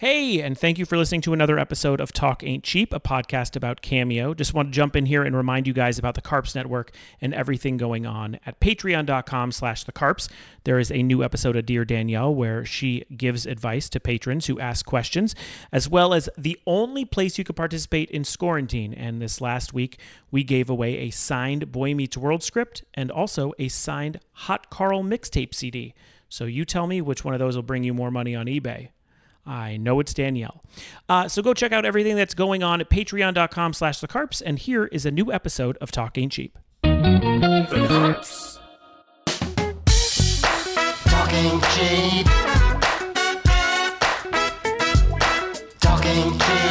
Hey, and thank you for listening to another episode of Talk Ain't Cheap, a podcast about Cameo. Just want to jump in here and remind you guys about the Carps Network and everything going on at patreon.com slash the Carps. There is a new episode of Dear Danielle where she gives advice to patrons who ask questions, as well as the only place you could participate in Scorantine. And this last week, we gave away a signed Boy Meets World script and also a signed Hot Carl mixtape CD. So you tell me which one of those will bring you more money on eBay. I know it's Danielle. Uh, so go check out everything that's going on at patreon.com slash the carps. And here is a new episode of Talk Ain't Cheap. Talking cheap. Talking cheap.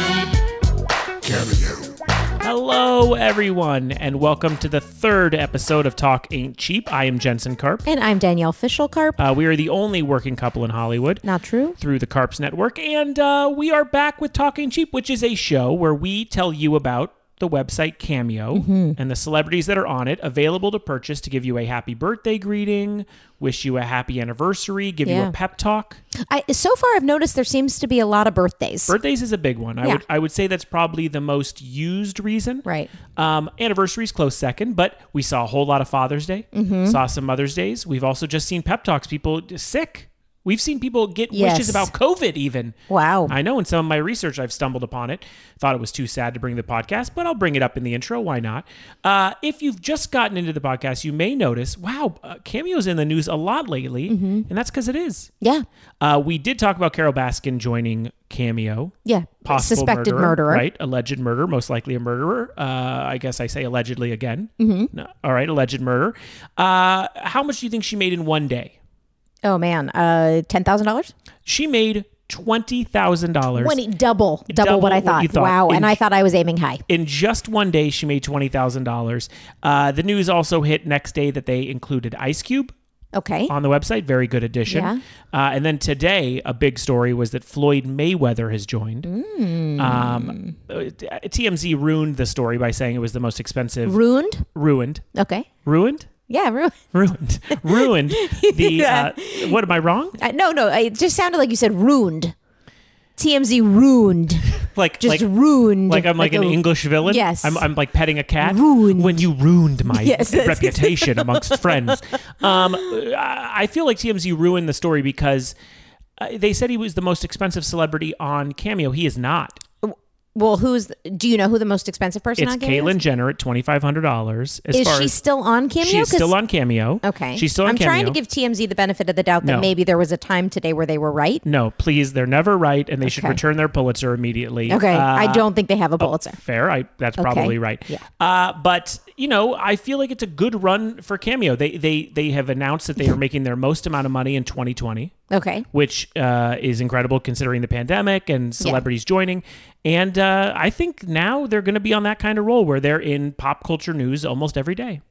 Hello, everyone, and welcome to the third episode of Talk Ain't Cheap. I am Jensen Carp. And I'm Danielle Fischelkarp. Uh, we are the only working couple in Hollywood. Not true. through the Carps Network. And uh, we are back with Talking Cheap, which is a show where we tell you about the website Cameo and the celebrities that are on it available to purchase to give you a happy birthday greeting, wish you a happy anniversary, give you Yeah. a pep talk. I, so far, I've noticed there seems to be a lot of birthdays. Birthdays is a big one. I, Yeah. would, I would say that's probably the most used reason. Right. Um, anniversaries close second, but we saw a whole lot of Father's Day, Mm-hmm. saw some Mother's Days. We've also just seen pep talks, people sick. We've seen people get wishes Yes. about COVID even. wow. I know in some of my research I've stumbled upon it. Thought it was too sad to bring the podcast, but I'll bring it up in the intro. Why not? Uh, if you've just gotten into the podcast, you may notice wow, uh, Cameo's in the news a lot lately, Mm-hmm. and that's because it is. yeah. Uh, we did talk about Carol Baskin joining Cameo. Yeah. Possible Suspected murderer, murderer. right? Alleged murder, most likely a murderer. Uh, I guess I say allegedly again. Mm-hmm. No, all right, alleged murder. Uh, how much do you think she made in one day? Oh, man. Uh, $10,000? She made twenty thousand dollars. When it- double, double, Double what I what you thought. thought. Wow. In- and I thought I was aiming high. in just one day, she made twenty thousand uh, dollars. The news also hit next day that they included Ice Cube Okay. on the website. Very good addition. Yeah. Uh, and then today, a big story was that Floyd Mayweather has joined. Mm. Um, uh, TMZ ruined the story by saying it was the most expensive. Ruined? ruined. Okay. Ruined. Yeah. Ruined. Ruined. ruined. The uh, what am I wrong? Uh, no, no. It just sounded like you said ruined. TMZ ruined. Like Just like. ruined. Like I'm like, an a- English villain. Yes. I'm, I'm like petting a cat. Ruined. When you ruined my Yes, that's- reputation amongst friends. Um, I I feel like TMZ ruined the story because uh, they said he was the most expensive celebrity on Cameo. He is not. Well, who's. Do you know who the most expensive person It's on Cameo Caitlyn Jenner at twenty five hundred dollars. As Is far she as still on Cameo? she's 'Cause- still on Cameo. Okay. She's still on I'm Cameo. trying to give TMZ the benefit of the doubt that No. maybe there was a time today where they were right. no, please, they're never right, and they should Okay. return their Pulitzer immediately. Okay. Uh, I don't think they have a Pulitzer. fair. I that's probably right. Yeah. Uh, but you know, I feel like it's a good run for Cameo. They they they have announced that they are making their most amount of money in 2020, okay. which uh, is incredible considering the pandemic and celebrities joining. And uh, I think now they're going to be on that kind of role where they're in pop culture news almost every day.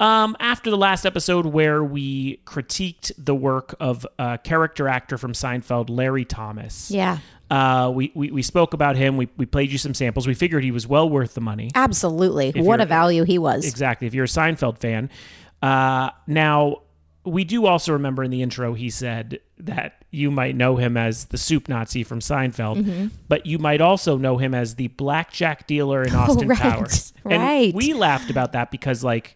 Um, after the last episode where we critiqued the work of uh, character actor from Seinfeld, Larry Thomas. Yeah. Uh, we, we, we spoke about him. We, we played you some samples. We figured he was well worth the money. Absolutely. What you're- a value he was. Exactly. If you're a Seinfeld fan. Uh, now, we do also remember in the intro, he said that you might know him as the soup Nazi from Seinfeld, Mm-hmm. but you might also know him as the blackjack dealer in Austin Oh, right. Powers. And Right. we laughed about that because, like,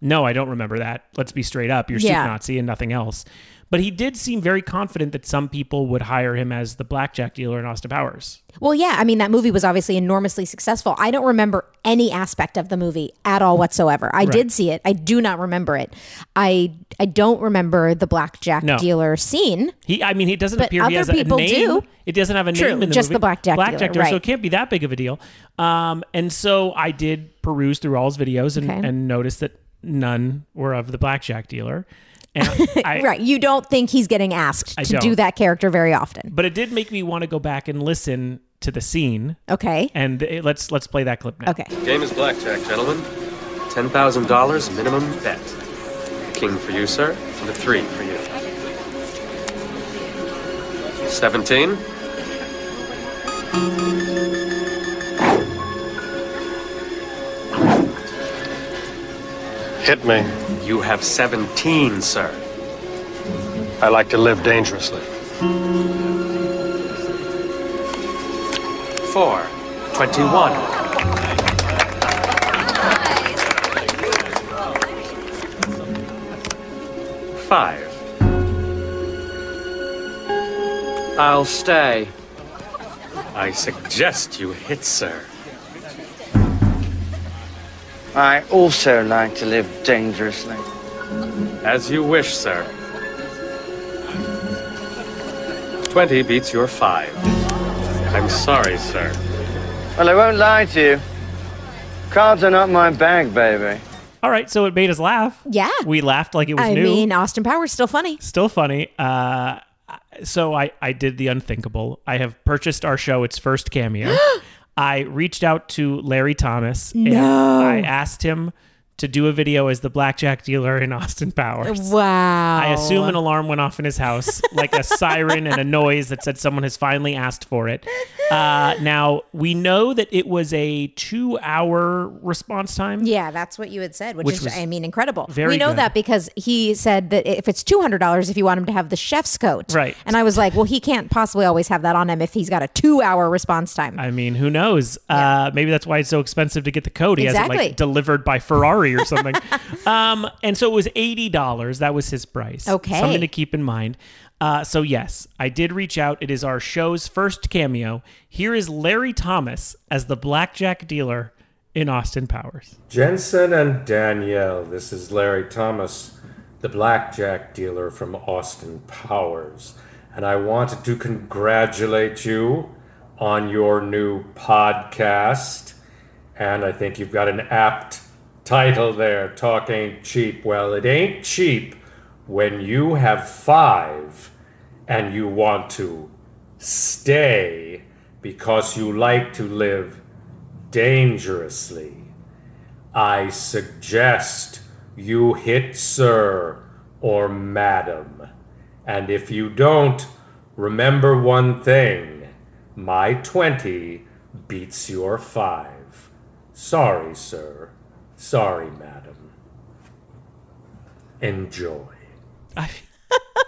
no, I don't remember that. Let's be straight up. You're Yeah. soup Nazi and nothing else. But he did seem very confident that some people would hire him as the blackjack dealer in Austin Powers. Well, yeah. I mean, that movie was obviously enormously successful. I don't remember any aspect of the movie at all whatsoever. I did see it. I do not remember it. I I don't remember the blackjack No. dealer scene. He, I mean, he doesn't appear. he other has a- a people name. do. It doesn't have a True, name in the just movie. the blackjack dealer, so right. it can't be that big of a deal. Um, and so I did peruse through all his videos and, Okay. and noticed that none were of the blackjack dealer. And I, Right. You don't think he's getting asked to do Eh. don't. that character very often. but it did make me want to go back and listen to the scene. Okay. And it, let's let's play that clip now. Okay. Game is blackjack, gentlemen. $10,000 minimum bet. A king for you, sir, and a three for you. 17. 10. Hit me. You have 17, sir. I like to live dangerously. 24, 21. Five. I'll stay. I suggest you hit, sir. I also like to live dangerously. As you wish, sir. 20 beats your 5. I'm sorry, sir. Well, I won't lie to you. Cards are not my bag, baby. All right, so it made us laugh. Yeah. We laughed like it was I new. mean, Austin Powers still funny. Still funny. Uh, so I, I did the unthinkable. I have purchased our show its first cameo. I reached out to Larry Thomas and I asked him to do a video as the blackjack dealer in Austin Powers. Oh, Wow. I assume an alarm went off in his house, like a siren and a noise that said someone has finally asked for it. Uh, now, we know that it was a two hour response time. Yeah, that's what you had said, which, Which is, was I mean, incredible. very we know good. that because he said that if it's two hundred dollars, if you want him to have the chef's coat, Right. And I was like, well, he can't possibly always have that on him if he's got a two-hour response time. I mean, who knows? Uh, maybe that's why it's so expensive to get the code. He has it Exactly. like delivered by Ferrari or something. um, and so it was eighty dollars. That was his price. Okay. something to keep in mind. Uh, so yes, I did reach out. It is our show's first cameo. Here is Larry Thomas as the blackjack dealer in Austin Powers. Jensen and Danielle, this is Larry Thomas, the blackjack dealer from Austin Powers, and I wanted to congratulate you on your new podcast. And I think you've got an apt title there Talk Ain't Cheap. Well, it ain't cheap when you have five and you want to stay because you like to live dangerously. I suggest you hit sir or madam. And if you don't, remember one thing my 20 beats your 5. Sorry, sir. Sorry, madam. Enjoy.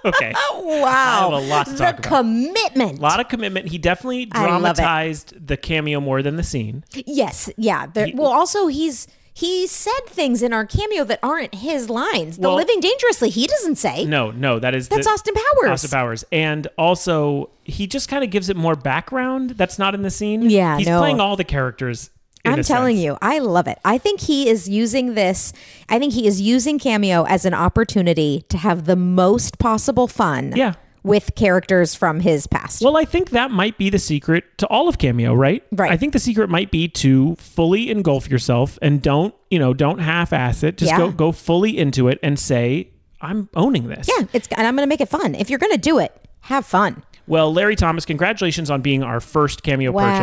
Okay, wow, I have a lot to the talk about. commitment. a lot of commitment. He definitely I love it. dramatized the cameo more than the scene. yes, yeah. There, well, also he's. He said things in our cameo that aren't his lines. The Well- living dangerously, he doesn't say. No, no, that is That's Austin Powers. Austin Powers, and also he just kind of gives it more background that's not in the scene. Yeah, he's no. playing all the characters. in I'm a telling sense. you, I love it. I think he is using this. I think he is using Cameo as an opportunity to have the most possible fun. Yeah. With characters from his past. Well, I think that might be the secret to all of cameo, right? Right. I think the secret might be to fully engulf yourself and don't, you know, don't half-ass it. Just Yeah. go go fully into it and say, "I'm owning this." yeah, it's and I'm going to make it fun. If you're going to do it, have fun. Well, Larry Thomas, congratulations on being our first cameo Wow. the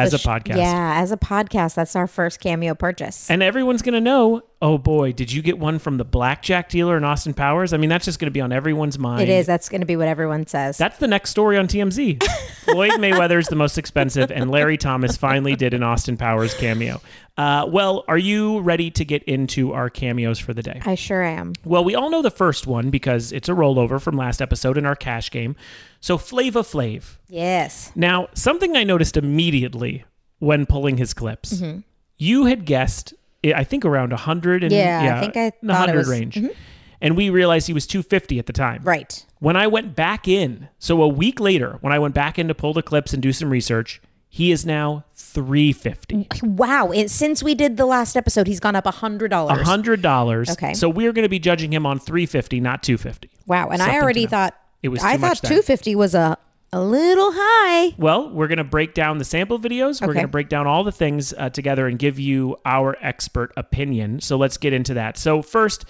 purchase as a sh- podcast. Yeah, as a podcast, that's our first Cameo purchase. And everyone's going to know, oh boy, did you get one from the blackjack dealer in Austin Powers? I mean, that's just going to be on everyone's mind. it is. That's going to be what everyone says. That's the next story on TMZ. Floyd Mayweather is the most expensive, and Larry Thomas finally did an Austin Powers cameo. Uh, well, are you ready to get into our cameos for the day? I sure am. Well, we all know the first one because it's a rollover from last episode in our cash game. So, Flava Flav. Yes. Now, something I noticed immediately when pulling his clips, Mm-hmm. you had guessed, I I think around 100 and Yeah, I think I in the thought it 100 was- mm-hmm. range. And we realized he was 250 at the time. Right. When I went back in, so a week later, when I went back in to pull the clips and do some research, he is now 350. Wow. It, since we did the last episode, he's gone up $100. $100. Okay. So we're going to be judging him on 350, not 250. Wow, and I Something to already know. thought It was I too much thought then. 250 was a a little high. Well, we're going to break down the sample videos. We're Okay. going to break down all the things uh, together and give you our expert opinion. So let's get into that. So, first,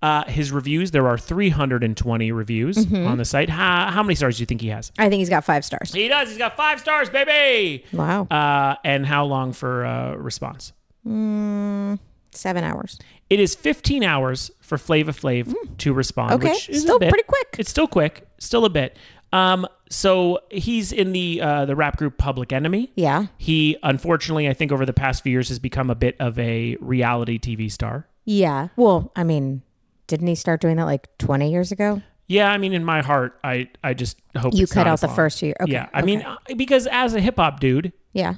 uh, his reviews. There are 320 reviews Mm-hmm. on the site. How, how many stars do you think he has? I think he's got five stars. He does. He's got five stars, baby. Wow, Uh, and how long for uh, response? seven hours. It is 15 hours for Flava Flav to respond. Mm. Okay, which is a still bit. pretty quick. It's still quick, still a bit. Um, so he's in the uh, the rap group Public Enemy. Yeah. He unfortunately, I think over the past few years has become a bit of a reality TV star. Yeah. Well, I mean, didn't he start doing that like 20 years ago? Yeah, I mean, in my heart, I I just hope You it's cut not out as the long. first year. Okay, yeah, I mean, I- because as a hip hop dude, Yeah.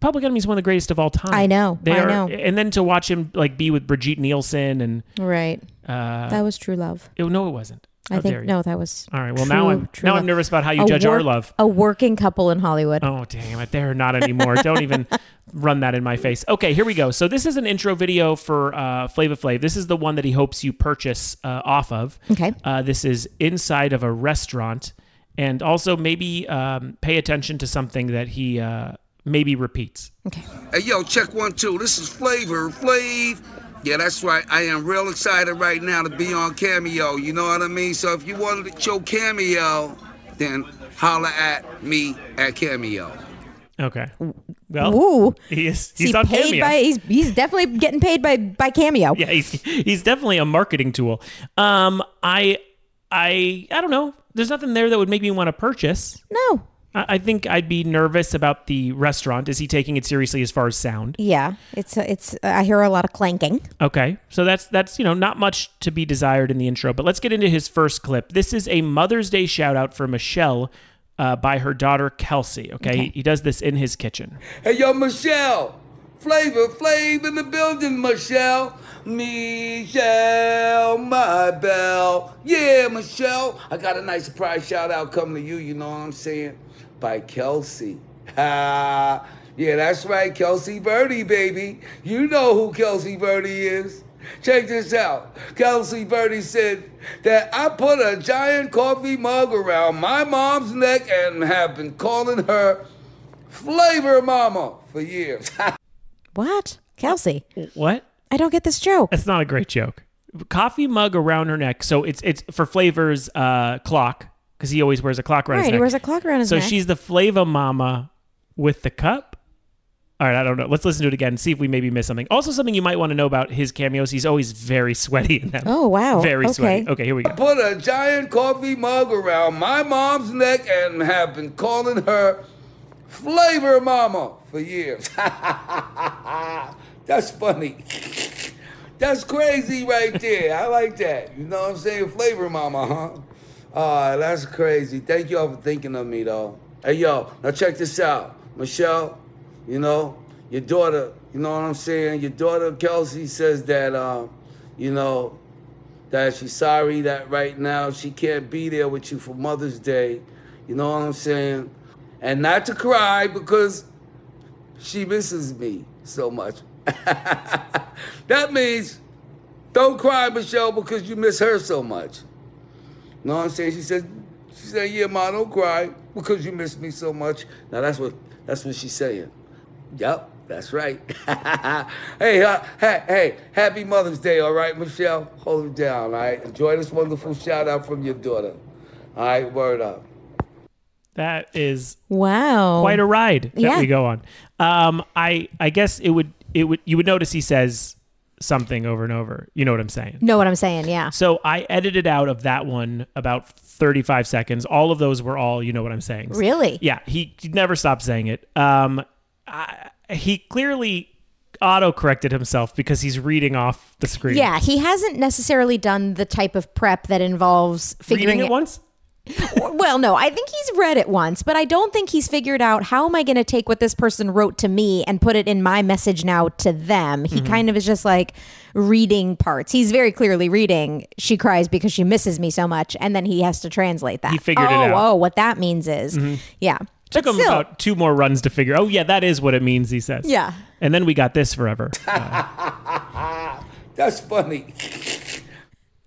Public Enemy is one of the greatest of all time. I know, I know. And then to watch him like be with Brigitte Nielsen and Right. that was true love. oh, no, it wasn't. I Uh, How dare think you. no, that was. All right, well, now I'm- now I'm love. nervous about how you judge our love. A working couple in Hollywood. Oh, damn it. They're not anymore. Don't even run that in my face. Okay, here we go. So, this is an intro video for uh, Flava Flav. This is the one that he hopes you purchase uh, off of. Okay. Uh, this is inside of a restaurant. And also, maybe um, pay attention to something that he uh, maybe repeats. Okay. Hey, yo, check one, two. This is Flavor Flav. Yeah, that's right. I am real excited right now to be on Cameo. You know what I mean? So if you wanted to show Cameo, then holla at me at Cameo. Okay. Well, Ooh. he is Oh. Is he's he on paid Cameo. by he's he's definitely getting paid by by cameo. yeah, he's he's definitely a marketing tool. Um, I I I don't know. There's nothing there that would make me want to purchase. No. I I think I'd be nervous about the restaurant. Is he taking it seriously as far as sound? Yeah. It's it's I hear a lot of clanking. Okay, so that's that's you know not much to be desired in the intro. But let's get into his first clip. This is a Mother's Day shout out for Michelle uh, by her daughter Kelsey. Okay, He, he does this in his kitchen. Hey, yo, Michelle. Flavor Flav in the building, Michelle. Michelle, my belle. Yeah, Michelle. I got a nice surprise shout out coming to you, you know what I'm saying? By Kelsey. Ha. yeah, that's right, Kelsey Verdi, baby. You know who Kelsey Verdi is. Check this out. Kelsey Verdi said that I put a giant coffee mug around my mom's neck and have been calling her Flavor Mama for years. What? Kelsey. What? I don't get this joke. That's not a great joke. Coffee mug around her neck. So it's it's for flavors uh, clock because he always wears a clock around his Right, neck. he wears a clock around his So neck. she's the Flava Mama with the cup. All right, I don't know. Let's listen to it again and see if we maybe miss something. Also, something you might want to know about his cameos. He's always very sweaty in them. Oh, wow. Very Okay. sweaty. Okay, here we go. Put a giant coffee mug around my mom's neck and have been calling her Flavor Mama for years. That's funny. That's crazy right there. I like that. You know what I'm saying? Flavor Mama, huh? Ah, that's crazy. Thank y'all for thinking of me, though. Hey, yo, now check this out. Michelle, you know, your daughter, you know what I'm saying? Your daughter, Kelsey, says that, um, you know, that she's sorry that right now she can't be there with you for Mother's Day. You know what I'm saying? And not to cry because she misses me so much. that means don't cry, Michelle, because you miss her so much. You know what I'm saying? She said, she said, yeah, ma, don't cry because you miss me so much. Now that's what that's what she's saying. Yep, that's right. hey, uh, hey, hey, happy Mother's Day, all right, Michelle? Hold it down, all right? Enjoy this wonderful shout out from your daughter. All right, word up. That is wow. quite a ride that Yeah. we go on. Um, I I guess it would it would you would notice he says something over and over. You know what I'm saying? know what I'm saying? Yeah. So I edited out of that one about 35 seconds. All of those were all, you know what I'm saying. Really? Yeah, he he never stopped saying it. Um, I, he clearly auto-corrected himself because he's reading off the screen. Yeah, he hasn't necessarily done the type of prep that involves figuring reading it once. Well, no, I think he's read it once, but I don't think he's figured out how am I going to take what this person wrote to me and put it in my message now to them. Mm-hmm. He kind of is just like reading parts. He's very clearly reading. She cries because she misses me so much, and then he has to translate that. He figured it oh, out. Mm-hmm. Oh, what that means is, yeah. Took But him still, about two more runs to figure. Oh yeah, that is what it means. He says. Yeah. And then we got this forever, That's funny.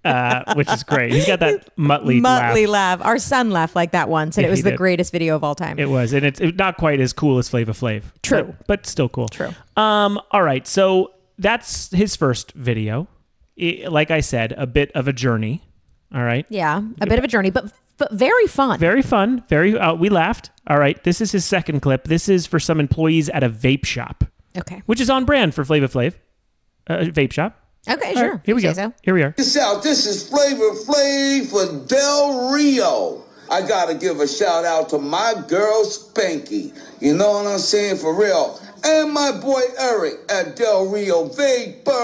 uh, which is great. He's got that Muttley, Muttley laugh. laugh. Our son laughed like that once, and Yeah, it was he the did. greatest video of all time. It was, and it's it's not quite as cool as Flava Flav. True. but, but still cool. True. Um. All right. So that's his first video. I- like I said, a bit of a journey. All right. yeah, a bit of a journey, but, but very fun. Very fun. Very. Uh, we laughed. All right. This is his second clip. This is for some employees at a vape shop, okay. which is on brand for Flava Flav. Uh, vape shop. Okay, All sure. right, here we You go. say so. Here we are. this out. This is Flavor Flav for Del Rio. I gotta give a shout out to my girl Spanky. You know what I'm saying for real. And my boy Eric at Del Rio Vapor.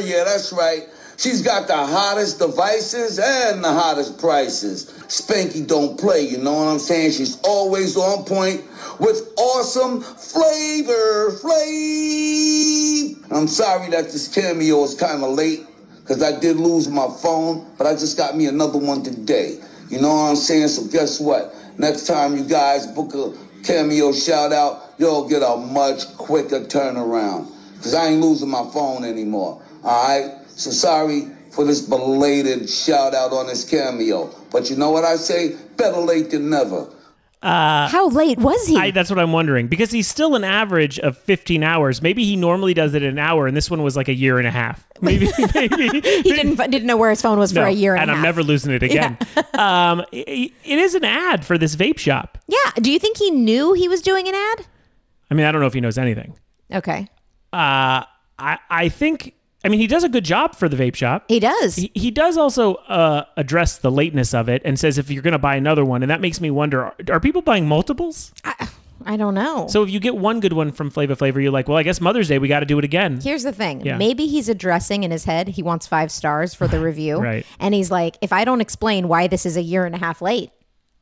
Yeah, that's right. She's got the hottest devices and the hottest prices. Spanky don't play, you know what I'm saying? She's always on point, with awesome flavor. Flav. I'm sorry that this cameo is kind of late because I did lose my phone, but I just got me another one today. You know what I'm saying? So guess what? Next time you guys book a cameo shout out, you'll get a much quicker turnaround because I ain't losing my phone anymore. All right? So sorry for this belated shout out on this cameo. But you know what I say? Better late than never. How late was he? Uh, I, that's what I'm wondering because he's still an average of 15 hours. Maybe he normally does it in an hour, and this one was like a year and a half. Maybe, maybe he didn't didn't know where his phone was for No, a year and, and a I'm half. never losing it again. um, i- i it is an ad for this vape shop. yeah. Do you think he knew he was doing an ad? I mean, I don't know if he knows anything. Okay, Uh, I I think I mean he does a good job for the vape shop. he does. He- he does also uh, address the lateness of it and says if you're going to buy another one, and that makes me wonder: are, are people buying multiples? I don't know. So if you get one good one from Flava Flavor, you're like, well, I guess Mother's Day we got to do it again. Here's the thing. Yeah. Maybe he's addressing in his head he wants five stars for the review. Right. And he's like, if I don't explain why this is a year and a half late,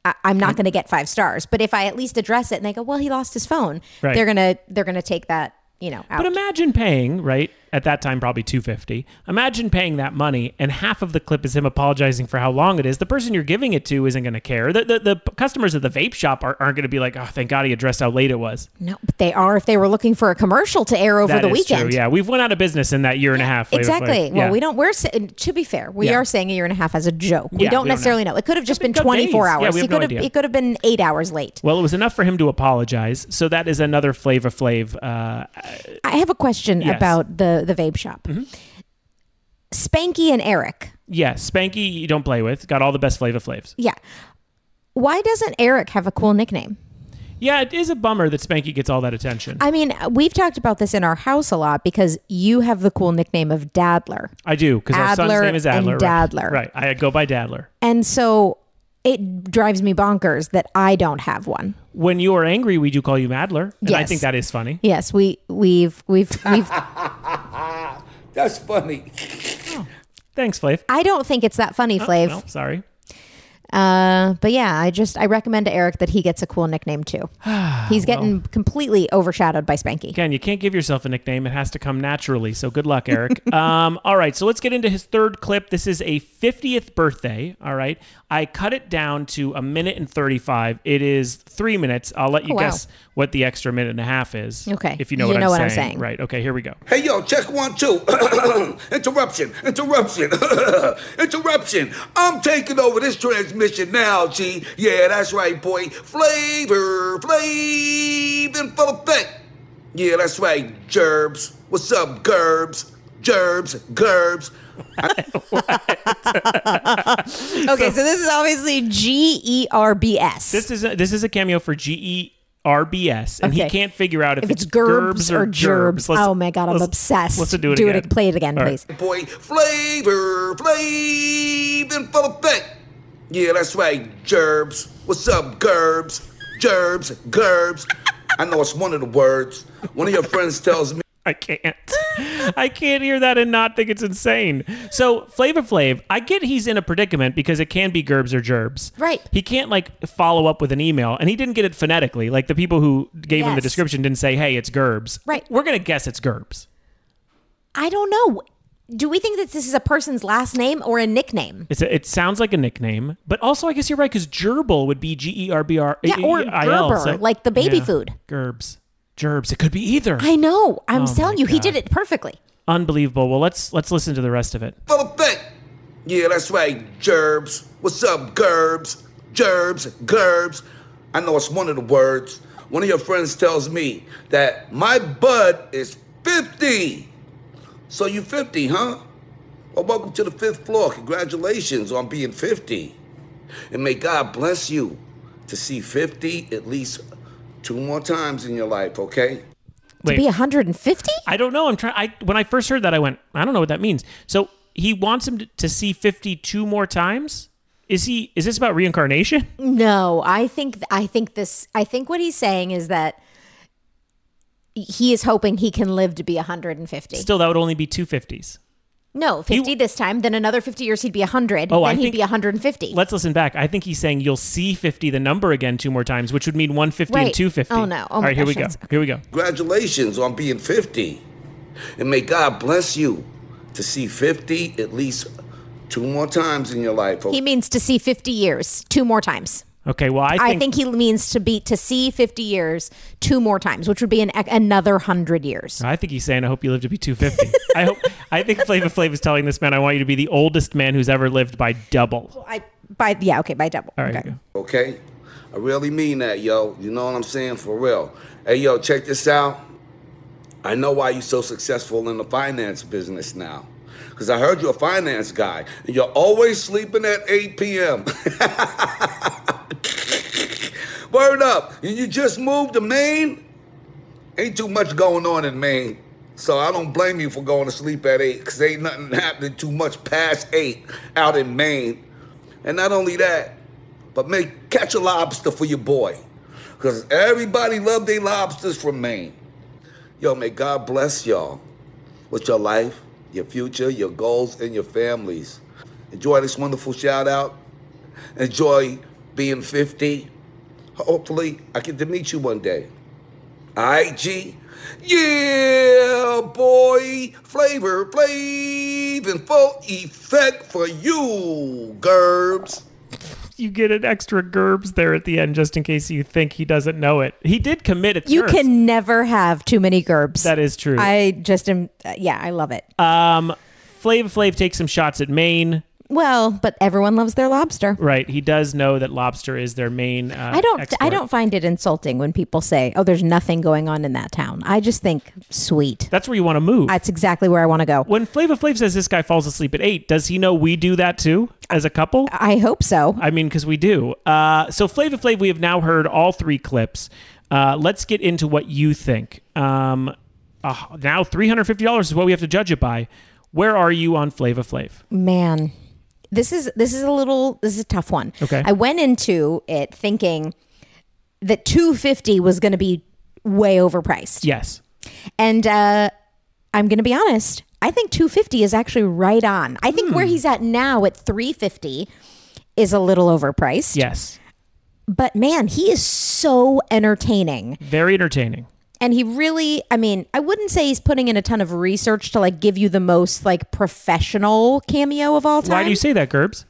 I- I'm not going to get five stars. But if I at least address it and they go, well, he lost his phone, Right. they're gonna they're gonna take that you know out. But imagine paying right at that time probably 250. Imagine paying that money and half of the clip is him apologizing for how long it is. The person you're giving it to isn't going to care. The, the the customers at the vape shop are, aren't going to be like, "Oh, thank God he addressed how late it was." no, but they are if they were looking for a commercial to air over That the is true. weekend. Yeah, we've went out of business in that year and a half. Flavor Flav. Exactly. Well, Yeah. we don't. We're sa- to be fair, we Yeah. are saying a year and a half as a joke. Yeah, we don't we don't necessarily know. It could have just been been days. 24 Yeah, hours. we have it could no have. idea. It could have been eight hours late. Well, it was enough for him to apologize. So that is another Flava Flav. Uh, I have a question Yes. Mm-hmm. about the the vape shop. Spanky and Eric. yeah, Spanky, you don't play with. Got all the best Flava Flavs. Yeah. Why doesn't Eric have a cool nickname? Yeah, it is a bummer that Spanky gets all that attention. I, I mean, we've talked about this in our house a lot because you have the cool nickname of Dadler. do because our son's Adler name is and Adler. right? Dadler. Right. I go by Dadler. And so it drives me bonkers that I don't have one. When you are angry, we do call you Madler, and I Yes. think that is funny. Yes, we we've we've we've That's funny. Thanks, Flav. I don't think it's that funny, Flav. Oh, Well, sorry. Uh, but yeah, I just I recommend to Eric that he gets a cool nickname too. He's getting completely overshadowed by Spanky. Again, you can't give yourself a nickname. It has to come naturally. So good luck, Eric. um, all right. So let's get into his third clip. This is a 50th birthday. All right. I cut it down to a minute and 35. It is three minutes. I'll let you Oh, wow. guess what the extra minute and a half is. Okay. If you know You what, know I'm, saying. what I'm saying. Right. Okay. Here we go. Hey yo, check one, two. interruption, interruption, interruption. I'm taking over this transmission now, G. Yeah, that's right, boy. Flavor, flavor, in full effect. Yeah, that's right, Gerbs. What's up, Gerbs? Gerbs, Gerbs. Okay, so, this is obviously G E R B S. This is a, this is a cameo for G E R B S, and he Okay. can't figure out if, if it's gerbs or gerbs. Let's- Oh my god, I'm let's- obsessed. Let's do it do again. It, play it again, All right. please. Boy, flavor, flavor, in full effect. Yeah, that's right, Gerbs. What's up, Gerbs? Gerbs, Gerbs. I know it's one of the words. One of your friends tells me. I can't. I can't hear that and not think it's insane. So Flavor Flav, I get he's in a predicament because it can be gerbs or gerbs. Right. He can't like follow up with an email, and he didn't get it phonetically. Like the people who gave him the Yes. description didn't say, "Hey, it's gerbs." Right. We're gonna guess it's gerbs. I don't know. Do we think that this is a person's last name or a nickname? It's a, it sounds like a nickname, but also I guess you're right because gerbil would be G E R B R. Yeah, or gerber, like the baby food. Gerbs, gerbs. It could be either. I know. I'm Oh my telling you, he God. did it perfectly. Unbelievable. Well, let's let's listen to the rest of it. full effect. Yeah, that's right, Gerbs. What's up, Gerbs? Gerbs, Gerbs. I know it's one of the words. One of your friends tells me that my bud is 50. So you 50, huh? Well, welcome to the fifth floor. Congratulations on being 50. And may God bless you to see 50 at least two more times in your life, okay? Wait. Be 150? I don't know. I'm trying. I when I first heard that, I went, I don't know what that means. So he wants him to, to see 52 more times. Is he? Is this about reincarnation? No, I think I think this I think what he's saying is that he is hoping he can live to be 150. Still, that would only be two fifties. No, 50 He- this time. Then another 50 years, he'd be 100. Oh, then I he'd think- be 150. Let's listen back. I think he's saying you'll see 50 the number again two more times, which would mean 150 and Right. 250. Oh, no. Oh, All my right, here we gosh, go. that's- Here we go. Congratulations on being 50. And may God bless you to see 50 at least two more times in your life. he means to see 50 years two more times. Okay, well, I think, I think he means to be to see 50 years two more times, which would be an, e, another 100 years. I think he's saying, I hope you live to be 250. I hope. I think Flava Flav is telling this man, I want you to be the oldest man who's ever lived by double. I by yeah, okay, by double. Oh. All right, okay. here Okay? I really mean that, yo. You know what I'm saying? For real. Hey, yo, check this out. I know why you're so successful in the finance business now. Because I heard you're a finance guy, and you're always sleeping at 8 p.m. Word up. You- You just moved to Maine? Ain't too much going on in Maine. So I don't blame you for going to sleep at 8, because ain't nothing happening too much past 8 out in Maine. And not only that, but make catch a lobster for your boy. Cause everybody love their lobsters from Maine. Yo, may God bless y'all with your life, your future, your goals, and your families. Enjoy this wonderful shout out. Enjoy being 50. Hopefully I get to meet you one day. Alright, G. Yeah, boy. Flavor, flav, and full effect for you, Gerbs. You get an extra gerbs there at the end just in case you think he doesn't know it. He did commit it. You can never have too many gerbs. That is true. I just am uh, yeah, I love it. Um, Flav Flav takes some shots at Maine. well, but everyone loves their lobster. Right, he does know that lobster is their main. Uh, I don't I export. don't find it insulting when people say, "Oh, there's nothing going on in that town." I just think sweet. That's where you want to move. That's exactly where I want to go. when Flava Flav says this guy falls asleep at eight, does he know we do that too as a couple? I hope so. I mean, because we do. Uh, so Flava Flav, we have now heard all three clips. Uh, let's get into what you think. Um, uh, now three hundred fifty dollars is what we have to judge it by. Where are you on Flava Flav? Mm. man this is this is a little this is a tough one Okay. i went into it thinking that 250 was going to be way overpriced Yes. and uh i'm going to be honest i think 250 is actually right on i think Hmm. where he's at now at 350 is a little overpriced Yes. but man he is so entertaining Very entertaining. and he really i mean i wouldn't say he's putting in a ton of research to like give you the most like professional cameo of all time Why do you say that, Gerbs?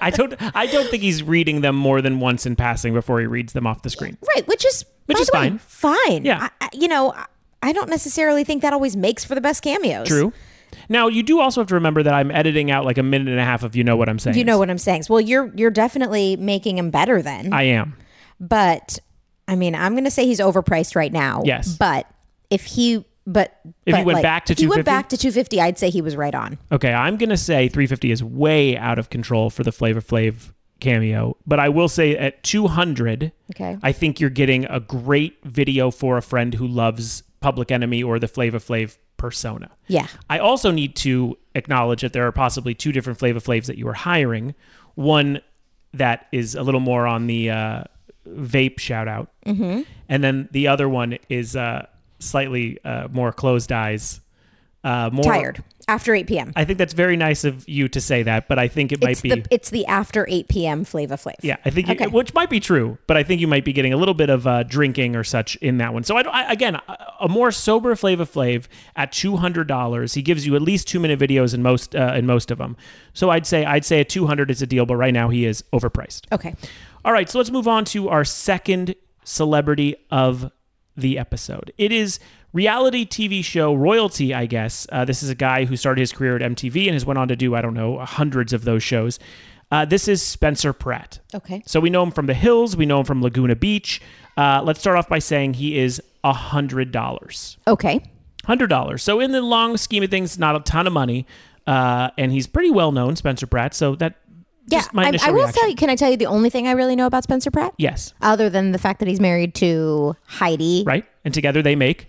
I don't. I don't think he's reading them more than once in passing before he reads them off the screen. Right, which is Which by is the way, fine. Fine. Yeah. I, I, you know, I, I don't necessarily think that always makes for the best cameos. True. Now you do also have to remember that I'm editing out like a minute and a half of you know what I'm saying. You know what I'm saying? Well, you're you're definitely making him better then. I am. but I mean, I'm going to say he's overpriced right now. Yes. But if he but If he but, went back to if he went 250? back to 250, I'd say he was right on. Okay, I'm gonna say 350 is way out of control for the Flavor Flav cameo, but I will say at 200, Okay. I think you're getting a great video for a friend who loves Public Enemy or the Flavor Flav persona. Yeah. I also need to acknowledge that there are possibly two different Flava Flavs that you are hiring. One that is a little more on the uh, vape shout out, mm-hmm. and then the other one is uh, slightly uh, more closed eyes. Uh, more Tired after 8 p.m. I think that's very nice of you to say that, but I think it it's might be. the it's the after 8 p.m. Flava Flav. yeah, I think you, Okay. which might be true, but I think you might be getting a little bit of uh, drinking or such in that one. So I, don't- I again, a- a more sober Flava Flav at two hundred dollars, he gives you at least two minute videos in most uh, in most of them. So I'd say I'd say a two hundred is a deal, but right now he is overpriced. Okay. All right, so let's move on to our second celebrity of the episode. It is reality TV show royalty, I guess. Uh, this is a guy who started his career at MTV and has went on to do I don't know hundreds of those shows. Uh, this is Spencer Pratt. Okay. So we know him from The Hills. We know him from Laguna Beach. Uh, let's start off by saying he is a hundred dollars Okay. hundred dollars. So in the long scheme of things, not a ton of money. Uh, and he's pretty well known, Spencer Pratt. So that Yeah, just my I, initial I will reaction. tell you. Can I tell you the only thing I really know about Spencer Pratt? Yes, Other than the fact that he's married to Heidi right. And together they make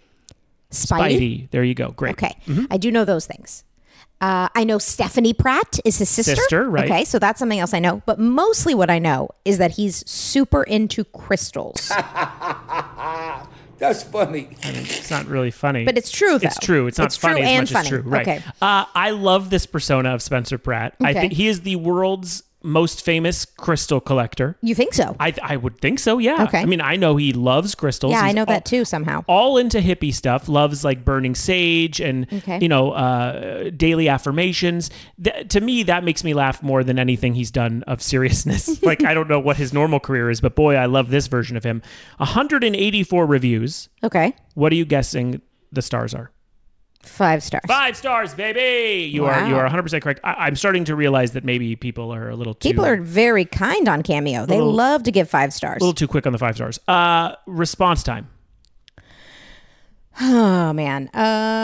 Spidey. Spidey. Mm-hmm. There you go. Great. Okay. I do know those things. Uh, I know Stephanie Pratt is his sister. Sister, right. Okay, so that's something else I know. But mostly what I know is that he's super into crystals. That's funny. It's not really funny. But it's true, though. It's true. It's not It's true funny as and much as funny. true. Right. Okay. Uh, I love this persona of Spencer Pratt. I Okay. think he is the world's most famous crystal collector. You think so? I, I would think so, yeah. Okay. I mean, I know he loves crystals. yeah, I He's know all- that too somehow. all into hippie stuff loves like burning sage and Okay. you know uh, daily affirmations Th- to me that makes me laugh more than anything he's done of seriousness like i don't know what his normal career is but boy i love this version of him 184 reviews Okay. what are you guessing the stars are Five stars. five stars baby you are you Wow. are 100% correct I- i'm starting to realize that maybe people are a little too People are very kind on Cameo. They love to give five stars. a little too quick on the five stars uh response time Oh man.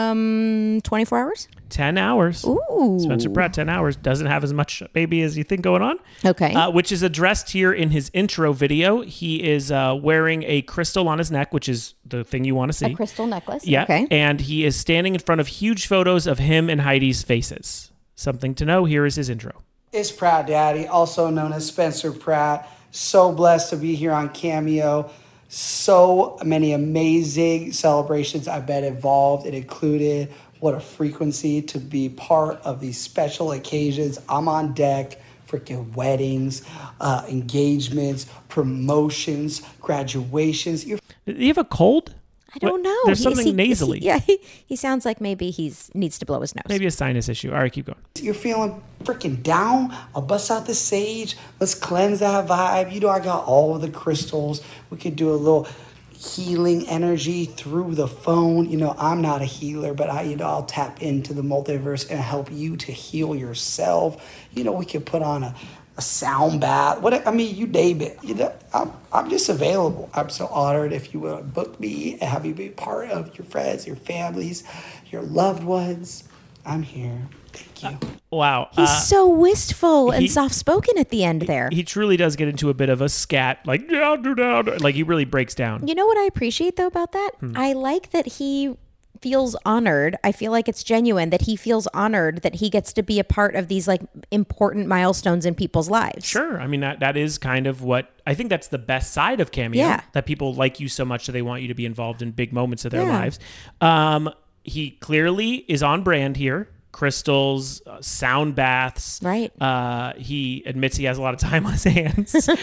Um 24 hours? 10 hours Ooh. Spencer Pratt, 10 hours, doesn't have as much maybe as you think going on. Okay. Uh, which is addressed here in his intro video. He is uh, wearing a crystal on his neck, which is the thing you want to see. Crystal necklace. yeah. Okay. And he is standing in front of huge photos of him and Heidi's faces. Something to know here is his intro. It's Proud Daddy, also known as Spencer Pratt. So blessed to be here on Cameo. So many amazing celebrations I've been involved and included. What a frequency to be part of these special occasions. I'm on deck, freaking weddings, uh, engagements, promotions, graduations. You're Do you have a cold? I don't know. There's He- is something he- is he- nasally. yeah, he, he sounds like maybe he's needs to blow his nose. Maybe a sinus issue. All right, keep going. you're feeling freaking down, I'll bust out the sage. Let's cleanse that vibe. You know, I got all of the crystals. We could do a little healing energy through the phone. You know, I'm not a healer, but I, you know, I'll tap into the multiverse and help you to heal yourself. You know, we could put on a, a sound bath. What I mean, you name it. You know, I'm, I'm just available. I'm so honored if you would book me and have me be part of your friends, your families, your loved ones. I'm here. Thank you. Wow. He's so wistful uh, he- and soft spoken at the end there. he truly does get into a bit of a scat, like down, down, down. Like he really breaks down. you know what I appreciate though about that? Hmm. I like that he feels honored. I feel like it's genuine that he feels honored that he gets to be a part of these like important milestones in people's lives. Sure. I mean that that is kind of what I think that's the best side of cameo. Yeah. That people like you so much that they want you to be involved in big moments of their Yeah. lives. Um, he clearly is on brand here. Crystals, uh, sound baths. Right. Uh, he admits he has a lot of time on his hands. um,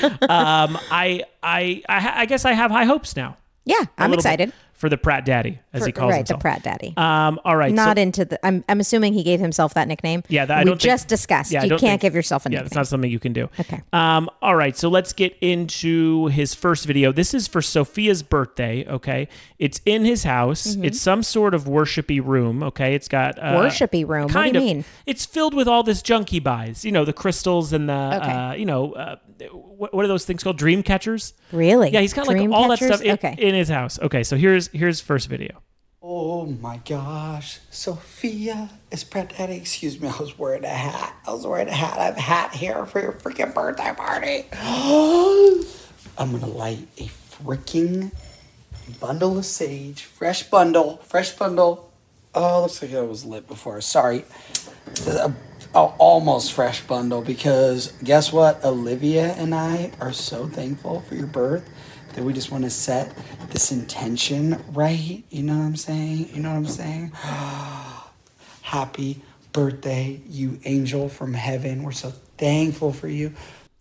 I, I I ha- I guess I have high hopes now. Yeah, A I'm little bit excited. for the Pratt Daddy, as he For- calls right, himself. the Pratt Daddy. Um. All right. so- Not into the. I'm, I'm assuming he gave himself that nickname. Yeah, that, we I don't think- just discussed. Yeah, I you don't can't think- give yourself a Yeah, nickname. that's not something you can do. Okay. Um. All right. So let's get into his first video. This is for Sophia's birthday. Okay. It's in his house. Mm-hmm. It's some sort of worshipy room. Okay. It's got uh, Worshipy room? What do kind you of- mean? It's filled with all this junk he buys. You know, the crystals and the Okay. uh, you know, uh, what, what are those things called? Dream catchers. Really? Yeah, he's got like Dream all that catchers? stuff in, Okay. in his house. Okay. So here's here's first video. Oh my gosh, Sophia is pregnant. Excuse me, I was wearing a hat. I was wearing a hat. I have a hat here for your freaking birthday party. I'm gonna light a freaking bundle of sage, fresh bundle, fresh bundle. Oh, looks like I was lit before. Sorry. Uh, oh, almost fresh bundle because guess what? Olivia and I are so thankful for your birth that we just want to set this intention right. You know what I'm saying? You know what I'm saying? Happy birthday, you angel from heaven. We're so thankful for you.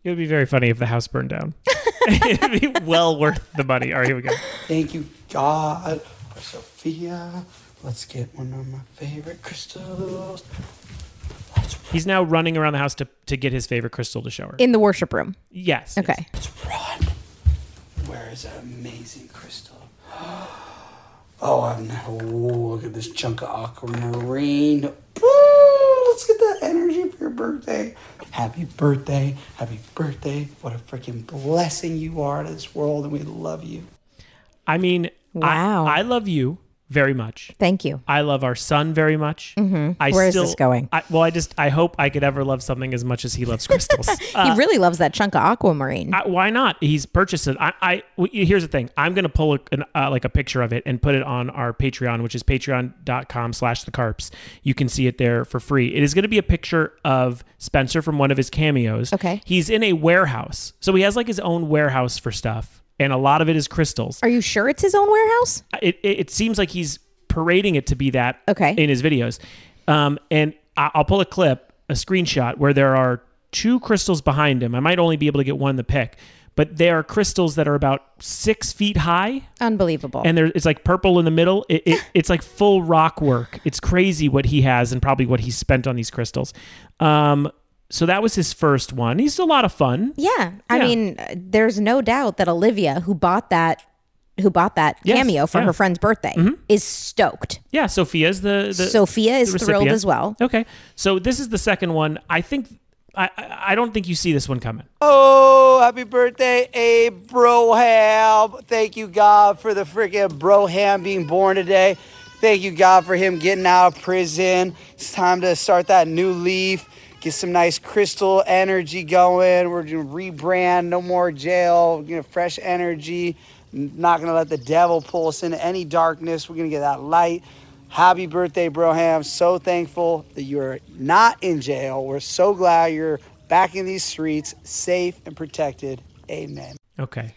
It would be very funny if the house burned down. It'd be well worth the money. All right. Here we go. Thank you, God, for Sophia. Let's get one of my favorite crystals. He's now running around the house to, to get his favorite crystal to show her. in the worship room. yes. Okay. yes. Run. Where is that amazing crystal? Oh, I've never. Ooh, look at this chunk of aquamarine. Ooh, let's get that energy for your birthday. Happy birthday. Happy birthday. What a freaking blessing you are to this world, and we love you. I mean, Wow. I, I love you very much. Thank you. I love our son very much. Mm-hmm. I Where is still, this going? I, well, I just I hope I could ever love something as much as he loves crystals. Uh, he really loves that chunk of aquamarine. I- why not? He's purchased it. I, I well, here's the thing. I'm gonna pull a, an, uh, like a picture of it and put it on our Patreon, which is patreon.com/slash the carps. You can see it there for free. It is gonna be a picture of Spencer from one of his cameos. Okay. He's in a warehouse, so he has like his own warehouse for stuff. and a lot of it is crystals. Are you sure it's his own warehouse? It it, it seems like he's parading it to be that Okay. in his videos. Um, and I- I'll pull a clip, a screenshot where there are two crystals behind him. I might only be able to get one in the pick, but they are crystals that are about six feet high Unbelievable. and there it's like purple in the middle. It, it it's like full rock work. It's crazy what he has and probably what he's spent on these crystals. Um, so that was his first one. He's a lot of fun. yeah, I Yeah. mean, uh, there's no doubt that Olivia, who bought that, who bought that Yes, cameo for yeah. her friend's birthday, is stoked. Yeah, Sophia's the, the Sophia is the thrilled recipient. as well. Okay, so this is the second one. I think I I I don't think you see this one coming. Oh, happy birthday, Abe Broham. Thank you, God, for the freaking Broham being born today. Thank you, God, for him getting out of prison. It's time to start that new leaf, get some nice crystal energy going. We're going to rebrand, no more jail, you know, fresh energy. Not going to let the devil pull us into any darkness. We're going to get that light. Happy birthday, Broham. So thankful that you're not in jail. We're so glad you're back in these streets, safe and protected. Amen. Okay.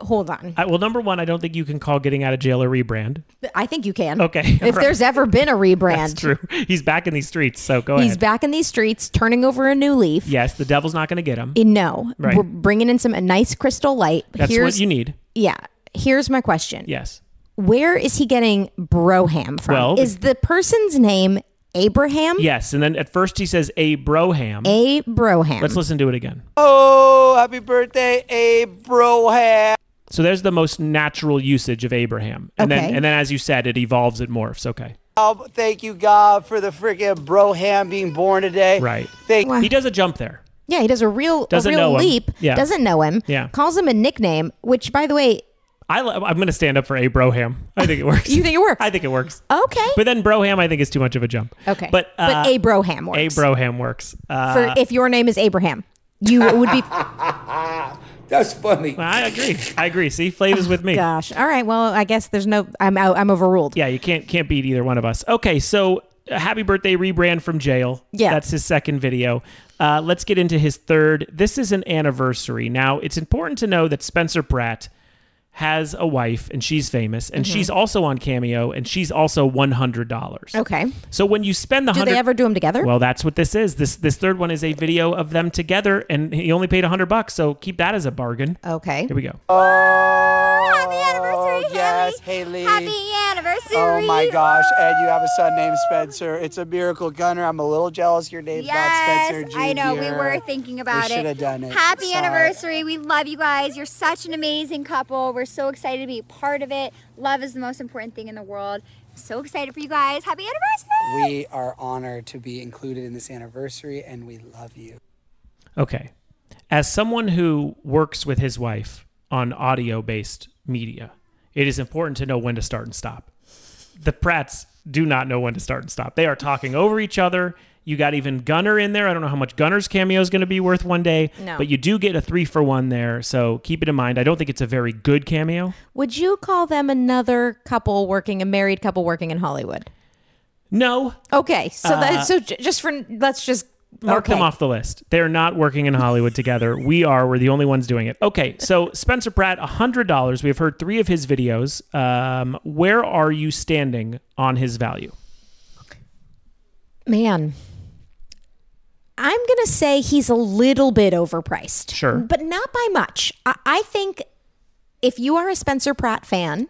Hold on, I, well, number one, I don't think you can call getting out of jail a rebrand. I think you can. Okay, if right. there's ever been a That's rebrand, true. He's back in these streets, so go he's ahead. back in these streets, turning over a new leaf. yes, the devil's not going to get him. Eh, No, Right. we're bringing in some a nice crystal light. That's here's what you need. yeah. Here's my question. Yes. Where is he getting Broham from? Well- is the person's name Abraham? Yes, and then at first he says Abraham. A Broham. Let's listen to it again. Oh, happy birthday, Abe Broham. So there's the most natural usage of Abraham. And then Okay. and then as you said, it evolves, it morphs. Okay. Um, Thank you, God, for the freaking Broham being born today. Right. Thank Wow. He does a jump there. Yeah, he does a real Doesn't a real know him. leap. Yeah. Doesn't know him. Yeah. Calls him a nickname, which by the way, I lo- I'm going to stand up for Abraham. I think it works. You think it works? I think it works. okay. But then Broham I think is too much of a jump. okay. But uh, but Abraham works. Abraham works. Uh, For if your name is Abraham, you would be That's funny. I agree. I agree. See, Flav is with me. gosh. All right, well, I guess there's no I'm out, I'm overruled. Yeah, you can't can't beat either one of us. Okay, so uh, happy birthday rebrand from jail. Yeah. that's his second video. Uh, let's get into his third. This is an anniversary. Now it's important to know that Spencer Pratt has a wife and she's famous and Mm-hmm. she's also on Cameo and she's also one hundred dollars. Okay. So when you spend the Do hundred, they ever do them together? Well, that's what this is. This this third one is a video of them together and he only paid hundred bucks. So keep that as a bargain. okay. Here we go. Happy anniversary, Oh, yes, Haley. Haley. Happy anniversary. Oh my gosh, and you have a son named Spencer. It's a miracle, Gunner. I'm a little jealous your name's Yes, not Spencer Jr. I know. We were thinking about We it. should have done it. Happy Sorry. anniversary. We love you guys. You're such an amazing couple. We're so excited to be a part of it. Love is the most important thing in the world. So excited for you guys. Happy anniversary. We are honored to be included in this anniversary, and we love you. Okay. As someone who works with his wife on audio based media, it is important to know when to start and stop. The Pratts do not know when to start and stop. They are talking over each other. You got even Gunner in there. I don't know how much Gunner's cameo is going to be worth one day, No. but you do get a three for one there. So keep it in mind. I don't think it's a very good cameo. Would you call them another couple working a married couple working in Hollywood? No, Okay. So that so j- just for let's just Uh, mark okay. them off the list. They're not working in Hollywood together. We are. We're the only ones doing it. Okay, so Spencer Pratt, hundred dollars. We have heard three of his videos. Um, where are you standing on his value? Man, I'm going to say he's a little bit overpriced. Sure. But not by much. I, I think if you are a Spencer Pratt fan,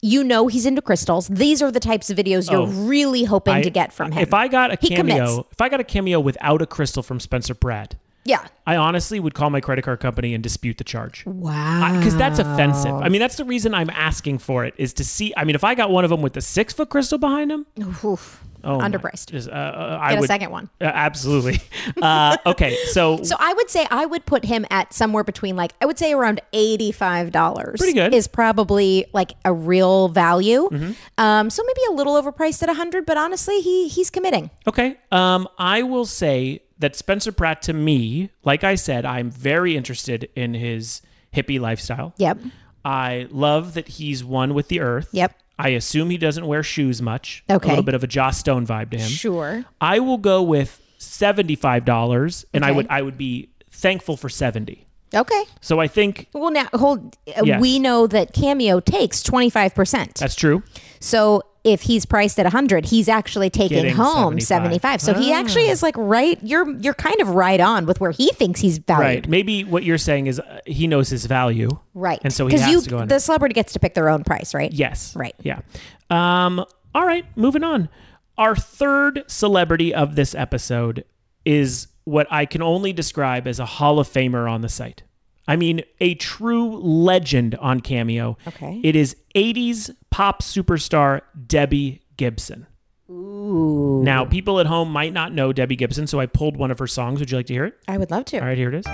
you know he's into crystals. These are the types of videos you're Oh. really hoping I- to get from him. If I got a He commits. cameo, if I got a cameo without a crystal from Spencer Pratt, Yeah. I honestly would call my credit card company and dispute the charge. Wow. Because that's offensive. I mean, that's the reason I'm asking for it is to see. I mean, if I got one of them with the six foot crystal behind him, Oof. oh my- Underpriced. just, uh, uh, I Get a would- second one. Uh, absolutely. Uh, okay, So I would say I would put him at somewhere between like I would say around eighty five dollars. Pretty good. Mm-hmm. is probably like a real value. Um, so maybe a little overpriced at a hundred, but honestly, he he's committing. Okay. Um, I will say that Spencer Pratt, to me, like I said, I'm very interested in his hippie lifestyle. Yep. I love that he's one with the earth. Yep. I assume he doesn't wear shoes much. Okay. A little bit of a Joss Stone vibe to him. Sure. I will go with seventy-five dollars, and I Okay. would I would be thankful for seventy. Okay. So I think Well, now hold. uh, Yes. We know that Cameo takes twenty five percent. that's true. So if he's priced at hundred, he's actually taking Getting home 75. seventy five. So he Ah. actually is like right. You're you're kind of right on with where he thinks he's Right. valued. Maybe what you're saying is uh, he knows his value. Right. And so he has you, to go on. the celebrity gets to pick their own price, right? Yes. Right. Yeah. Um, all right, moving on. Our third celebrity of this episode is what I can only describe as a Hall of Famer on the site. I mean, a true legend on Cameo. Okay. It is 80s pop superstar Debbie Gibson. Ooh. Now, people at home might not know Debbie Gibson, so I pulled one of her songs. Would you like to hear it? I would love to. All right, here it is.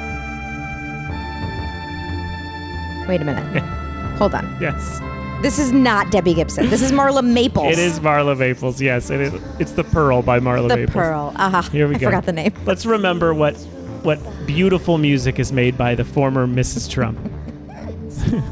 Wait a minute. Hold on. Yes. This is not Debbie Gibson. This is Marla Maples. It is Marla Maples. Yes, it is. It's the Pearl by Marla the Maples. Pearl. Uh-huh. Here we I go. forgot the name. Let's remember what what beautiful music is made by the former Mrs. Trump.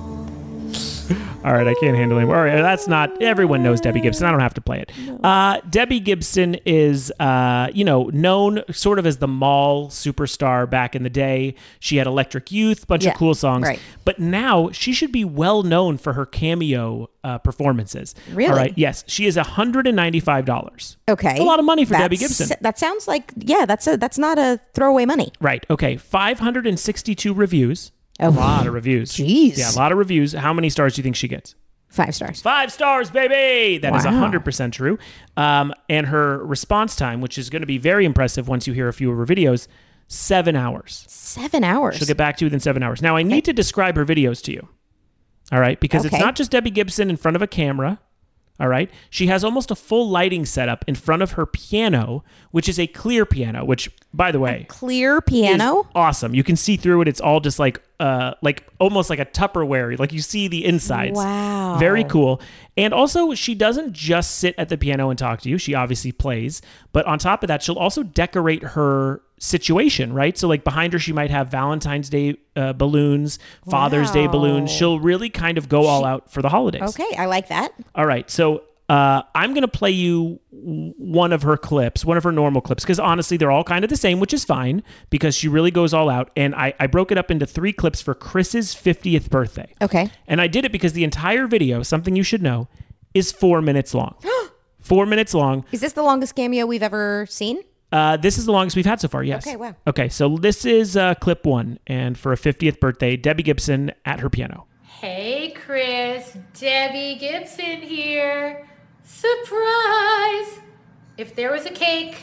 All right, I can't handle anymore. All right, that's not. Everyone knows Debbie Gibson. I don't have to play it. Uh, Debbie Gibson is, uh, you know, known sort of as the mall superstar back in the day. She had Electric Youth, bunch Yeah, of cool songs. right. But now she should be well known for her cameo uh, performances. Really? All right. Yes, she is hundred and ninety five dollars. Okay. A lot of money for Debbie That's- Gibson. That sounds like yeah, that's a that's not a throwaway money. Right. Okay. 562 reviews. A Oh. lot of reviews. Jeez. Yeah, a lot of reviews. How many stars do you think she gets? Five stars. Five stars, baby. That is Wow. 100% true. Um, and her response time, which is going to be very impressive once you hear a few of her videos, seven hours. Seven hours. She'll get back to you within seven hours. Now, I need to describe her videos to you. All right. Because it's Okay. not just Debbie Gibson in front of a camera. All right. She has almost a full lighting setup in front of her piano, which is a clear piano, which, by the way, Clear is piano. awesome. You can see through it. It's all just like uh like almost like a Tupperware. Like you see the insides. Wow. Very cool. And also she doesn't just sit at the piano and talk to you. She obviously plays, but on top of that, she'll also decorate her situation, right? So like behind her she might have Valentine's Day uh, balloons, Father's Day balloons. Wow. She'll really kind of go all out for the holidays. Okay, I like that. All right. So uh, I'm going to play you w- one of her clips, one of her normal clips, because honestly, they're all kind of the same, which is fine because she really goes all out. And I, I broke it up into three clips for Chris's 50th birthday. Okay. And I did it because the entire video, something you should know, is four minutes long. four minutes long. Is this the longest cameo we've ever seen? Uh, this is the longest we've had so far, yes. Okay, wow. Okay, so this is uh, clip one. And for a 50th birthday, Debbie Gibson at her piano. Hey, Chris. Debbie Gibson here. Surprise! If there was a cake,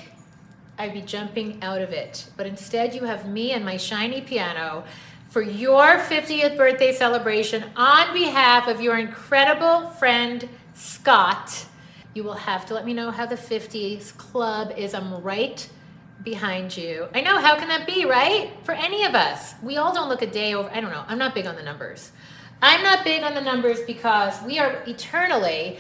I'd be jumping out of it. But instead, you have me and my shiny piano for your 50th birthday celebration on behalf of your incredible friend, Scott. You will have to let me know how the 50s club is. I'm right behind you. I know, how can that be, right? For any of us. We all don't look a day over. I don't know. I'm not big on the numbers. I'm not big on the numbers because we are eternally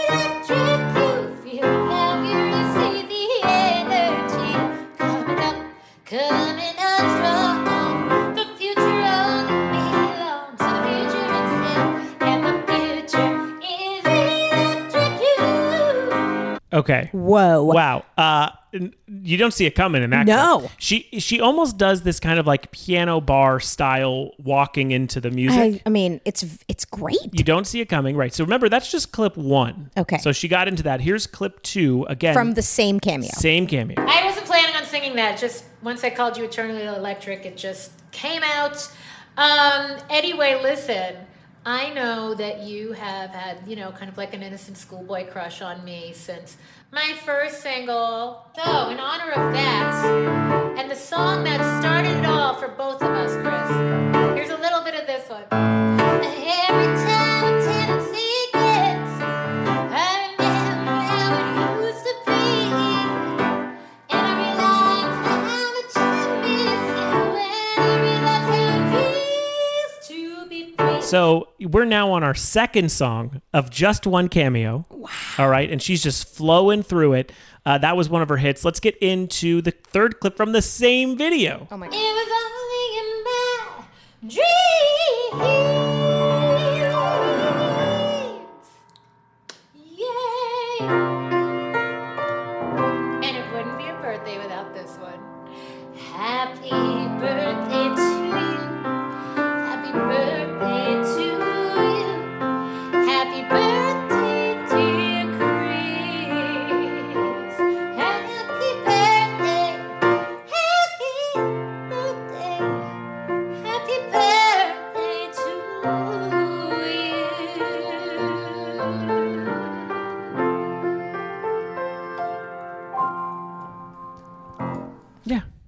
electric. You feel happier, you see the energy coming up, coming up strong. The future only belongs to the future itself, and the future is electric. You Okay. Whoa. Wow. Uh, n- you don't see it coming in that. No. clip. She she almost does this kind of like piano bar style walking into the music. I, I mean, it's it's great. you don't see it coming, right? So remember, that's just clip one. Okay. So she got into that. Here's clip two again. From the same cameo. same cameo. I wasn't planning on singing that. Just once I called you Eternally Electric, it just came out. Um, anyway, listen, I know that you have had, you know, kind of like an innocent schoolboy crush on me since my first single. So, in honor of that, and the song that started it all for both of us, Chris, here's a little bit of this one. Every time Tennessee gets, I remember how it used to be. And I realize how much I miss you, and I realize how it feels to be free. So we're now on our second song of just one cameo. Wow. All right, and she's just flowing through it. Uh, that was one of her hits. Let's get into the third clip from the same video. Oh my It was only in my dreams. Yay! And it wouldn't be a birthday without this one. Happy birthday to you.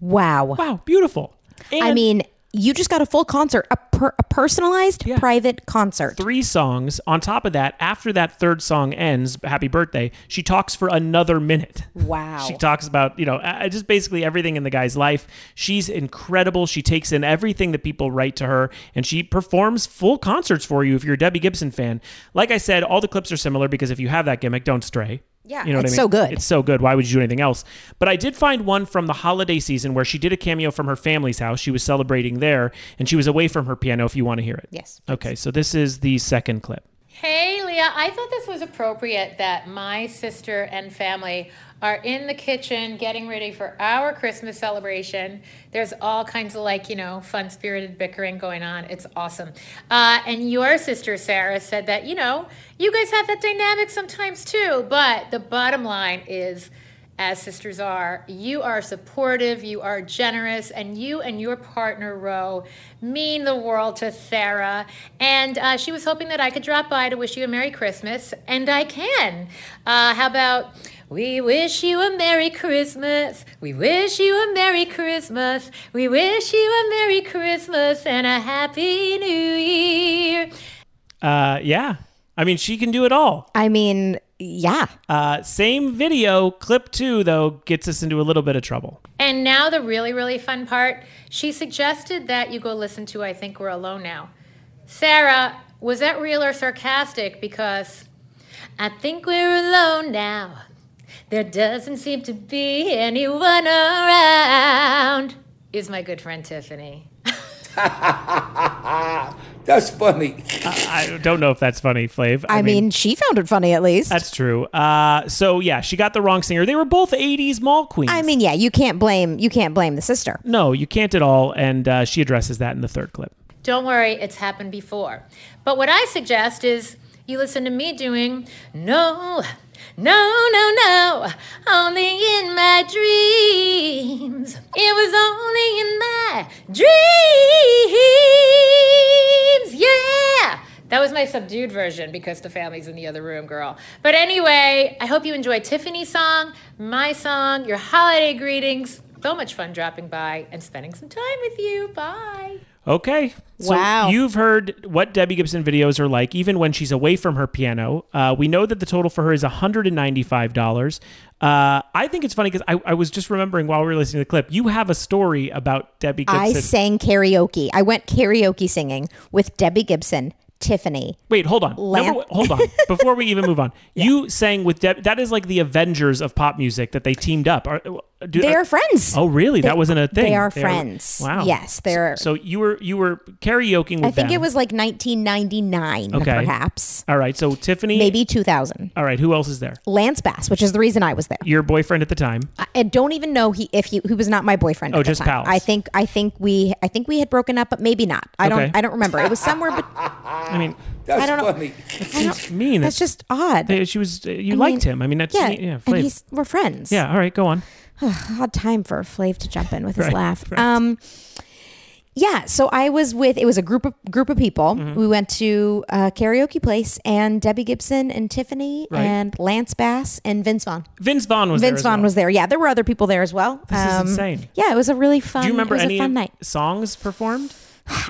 Wow. Wow, beautiful. I mean, you just got a full concert, a, per, a personalized private concert. Three songs. On top of that, after that third song ends, Happy Birthday, she talks for another minute. Wow. She talks about, you know, uh, just basically everything in the guy's life. She's incredible. She takes in everything that people write to her and she performs full concerts for you if you're a Debbie Gibson fan. Like I said, all the clips are similar because if you have that gimmick, don't stray. Yeah, you know what it's I mean? so good. It's so good. Why would you do anything else? But I did find one from the holiday season where she did a cameo from her family's house. She was celebrating there and she was away from her piano if you want to hear it. Yes. Okay, so this is the second clip. Hey, Leah, I thought this was appropriate that my sister and family are in the kitchen getting ready for our Christmas celebration. There's all kinds of like, you know, fun spirited bickering going on. It's awesome. Uh, and your sister, Sarah, said that, you know, you guys have that dynamic sometimes too. But the bottom line is, as sisters are, you are supportive, you are generous, and you and your partner, Ro, mean the world to Sarah. And uh, she was hoping that I could drop by to wish you a Merry Christmas, and I can. Uh, how about, we wish you a Merry Christmas, we wish you a Merry Christmas, we wish you a Merry Christmas and a Happy New Year. Uh, yeah. I mean, she can do it all. I mean, yeah. Uh, same video, clip two, though, gets us into a little bit of trouble. And now the really, really fun part. She suggested that you go listen to I Think We're Alone Now. Sarah, was that real or sarcastic? Because I think we're alone now. There doesn't seem to be anyone around, is my good friend Tiffany. That's funny. I don't know if that's funny, Flav. I, mean, she found it funny at least. that's true. Uh, so, yeah, she got the wrong singer. They were both 80s mall queens. I mean, yeah, you can't blame you can't blame the sister. no, you can't at all. And uh, she addresses that in the third clip. Don't worry, it's happened before. But what I suggest is you listen to me doing no, no, no, no, only in my dreams. It was only in my dreams. Yeah! That was my subdued version because the family's in the other room, girl. But anyway, I hope you enjoy Tiffany's song, my song, your holiday greetings. So much fun dropping by and spending some time with you. Bye. Okay. So Wow. You've heard what Debbie Gibson videos are like, even when she's away from her piano. Uh, we know that the total for her is $195. Uh, I think it's funny because I, I was just remembering while we were listening to the clip, you have a story about Debbie Gibson. I sang karaoke. I went karaoke singing with Debbie Gibson, Tiffany. Wait, hold on. Number Lamp- one- hold on. Before we even move on, you sang with Deb. That is like the Avengers of pop music that they teamed up. Are, uh, do, They are friends. Oh, really? They- that wasn't a thing. they are friends. wow. Yes, they're- So, so you were you were karaokeing with I think them. it was like 1999 okay. perhaps. All right. So Tiffany. Maybe 2000. All right. Who else is there? Lance Bass, which is the reason I was there. Your boyfriend at the time. I- I don't even know he if he, he was not my boyfriend. Oh, at the just time. pals. I think I think we I think we had broken up, but maybe not. I Okay. don't I don't remember. It was somewhere, but I mean, That's I don't know. funny. it's mean. That's just odd. They- she was. uh, You I liked mean, him. I mean, that's yeah, yeah. and Flav. he's we're friends. yeah. All right. Go on. odd time for Flav to jump in with his Right, laugh. right. Um, yeah, so I was with it was a group of group of people. Mm-hmm. We went to a karaoke place, and Debbie Gibson and Tiffany Right. and Lance Bass and Vince Vaughn. Vince Vaughn was there. Vince as Vaughn well. was there. Yeah, there were other people there as well. Um, This is insane. Yeah, it was a really fun. Do you remember it was any a fun night? songs performed?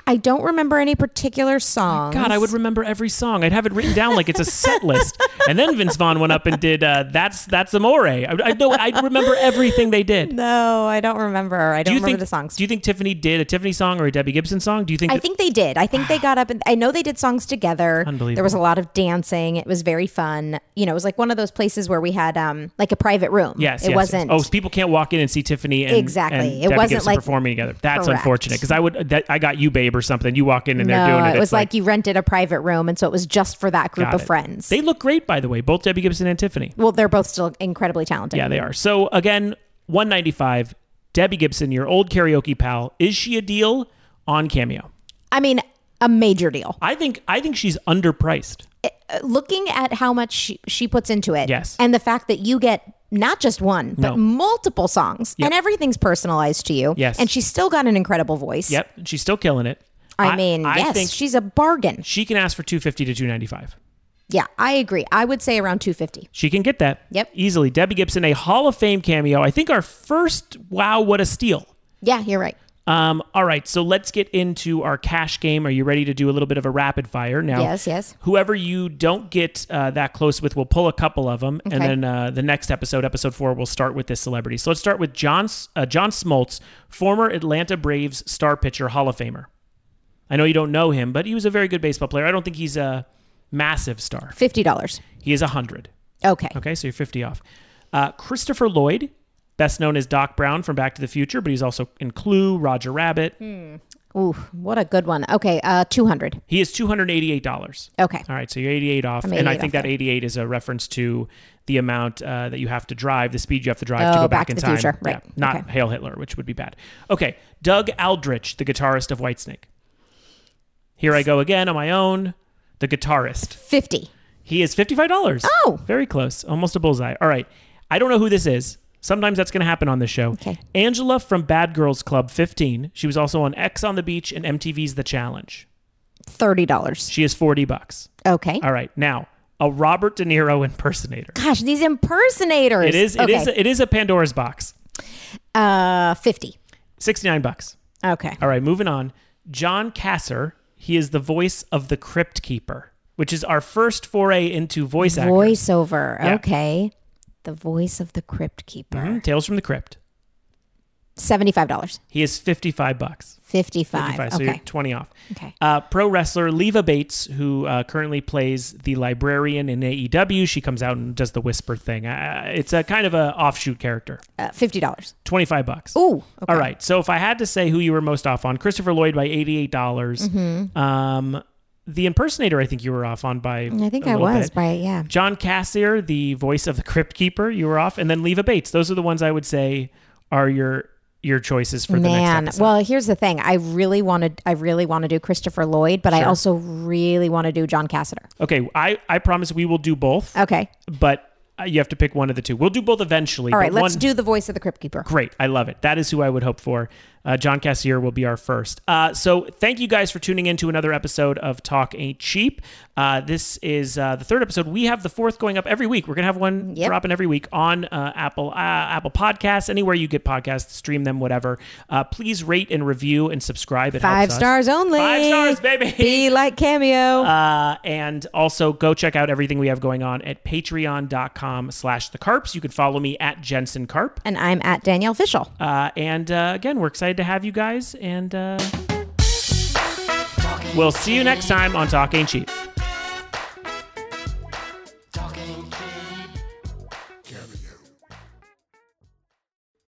I don't remember any particular song. Oh God, I would remember every song. I'd have it written down like it's a set list. And then Vince Vaughn went up and did uh, "That's That's Amore." I, I know I'd remember everything they did. No, I don't remember. I don't you remember think the songs. Do you think Tiffany did a Tiffany song or a Debbie Gibson song? Do you think? I that- think they did. I think they got up and I know they did songs together. Unbelievable. There was a lot of dancing. It was very fun. You know, it was like one of those places where we had um like a private room. Yes, yes, It yes. wasn't Oh, so people can't walk in and see Tiffany and Exactly. and It Debbie wasn't Gibson like- performing together. That's Correct. unfortunate because I would that, I got you, babe, or something. You walk in and they're no, doing it. it It's was like, you rented a private room and so it was just for that group got of it. friends. They look great, by the way, both Debbie Gibson and Tiffany. well, they're both still incredibly talented. Yeah, they are. So again, 195. Debbie Gibson, your old karaoke pal, is she a deal on Cameo? I mean, a major deal. I think I think she's underpriced. Uh, Looking at how much she, she puts into it Yes. and the fact that you get not just one, but No. multiple songs Yep. and everything's personalized to you. Yes. And she's still got an incredible voice. Yep, and she's still killing it. I mean, I yes, think- she's a bargain. She can ask for 250 to 295. Yeah, I agree. I would say around 250. She can get that. Yep. Easily. Debbie Gibson, a Hall of Fame cameo. I think our first wow, what a steal. Yeah, you're right. Um, all right, so let's get into our cash game. Are you ready to do a little bit of a rapid fire now? Yes, yes. Whoever you don't get uh, that close with, we'll pull a couple of them, and Okay. then uh, the next episode, episode four, we'll start with this celebrity. So let's start with John S- uh, John Smoltz, former Atlanta Braves star pitcher, Hall of Famer. I know you don't know him, but he was a very good baseball player. I don't think he's a massive star. Fifty dollars. He is a hundred. Okay. Okay, so you're 50 off. Uh, Christopher Lloyd, best known as Doc Brown from Back to the Future, but he's also in Clue, Roger Rabbit. Ooh, what a good one. Okay, uh, two hundred. He is $288. Okay. All right, so you're 88 off. I'm and I 88 think off that 88 is a reference to the amount uh, that you have to drive, the speed you have to drive to Oh, go back, Back to in the time. Future, right. Yeah, not Hail Hitler, which would be bad. Okay, Doug Aldrich, the guitarist of Whitesnake. Here I go again on my own. The guitarist. 50. He is $55. Oh. Very close. Almost a bullseye. All right. I don't know who this is. Sometimes that's going to happen on this show. Okay. Angela from Bad Girls Club 15. She was also on X on the Beach and MTV's The Challenge. $30. She is 40 bucks. Okay. All right. Now, a Robert De Niro impersonator. Gosh, these impersonators. It is it okay. is it is a Pandora's box. uh, fifty. 69 bucks. Okay. All right, moving on. John Kasser, he is the voice of the Crypt Keeper, which is our first foray into voice acting. Voiceover. Yeah. Okay. The voice of the Crypt Keeper. Mhm, Tales from the Crypt. Seventy-five dollars. He is 55 bucks. Fifty-five. So you're Okay. 20 off. Okay. Uh, pro wrestler Leva Bates, who uh, currently plays the librarian in AEW, she comes out and does the whisper thing. Uh, it's a kind of a offshoot character. Uh, Fifty dollars. 25 bucks. Ooh. All right. So if I had to say who you were most off on, Christopher Lloyd by $88. dollars Mhm. Um, the impersonator, I think you were off on by. I think I I was by yeah. John Cassier, the voice of the Crypt Keeper, you were off, and then Leva Bates. Those are the ones I would say are your your choices for the next Man, episode. well, here's the thing. I really want to. I really want to do Christopher Lloyd, but I Sure. also really want to do John Cassater. Okay, I I promise we will do both. Okay. but uh, you have to pick one of the two. We'll do both eventually. All right, but let's one- do the voice of the Crypt Keeper. Great, I love it. That is who I would hope for. Uh, John Cassier will be our first. Uh, so thank you guys for tuning in to another episode of Talk Ain't Cheap. Uh, this is uh, the third episode. We have the fourth going up every week. We're gonna have one Yep. dropping every week on uh, Apple uh, Apple Podcasts, anywhere you get podcasts, stream them, whatever. Uh, please rate and review and subscribe. It Five helps us. stars only. Five stars, baby. Be like cameo. Uh, and also go check out everything we have going on at patreon.com slash the carps. You can follow me at Jensen Carp. and I'm at Danielle Fishel. Uh, and uh, again, we're excited to have you guys. And uh, we'll see you next time on Talk Ain't Cheap. Talking cheap.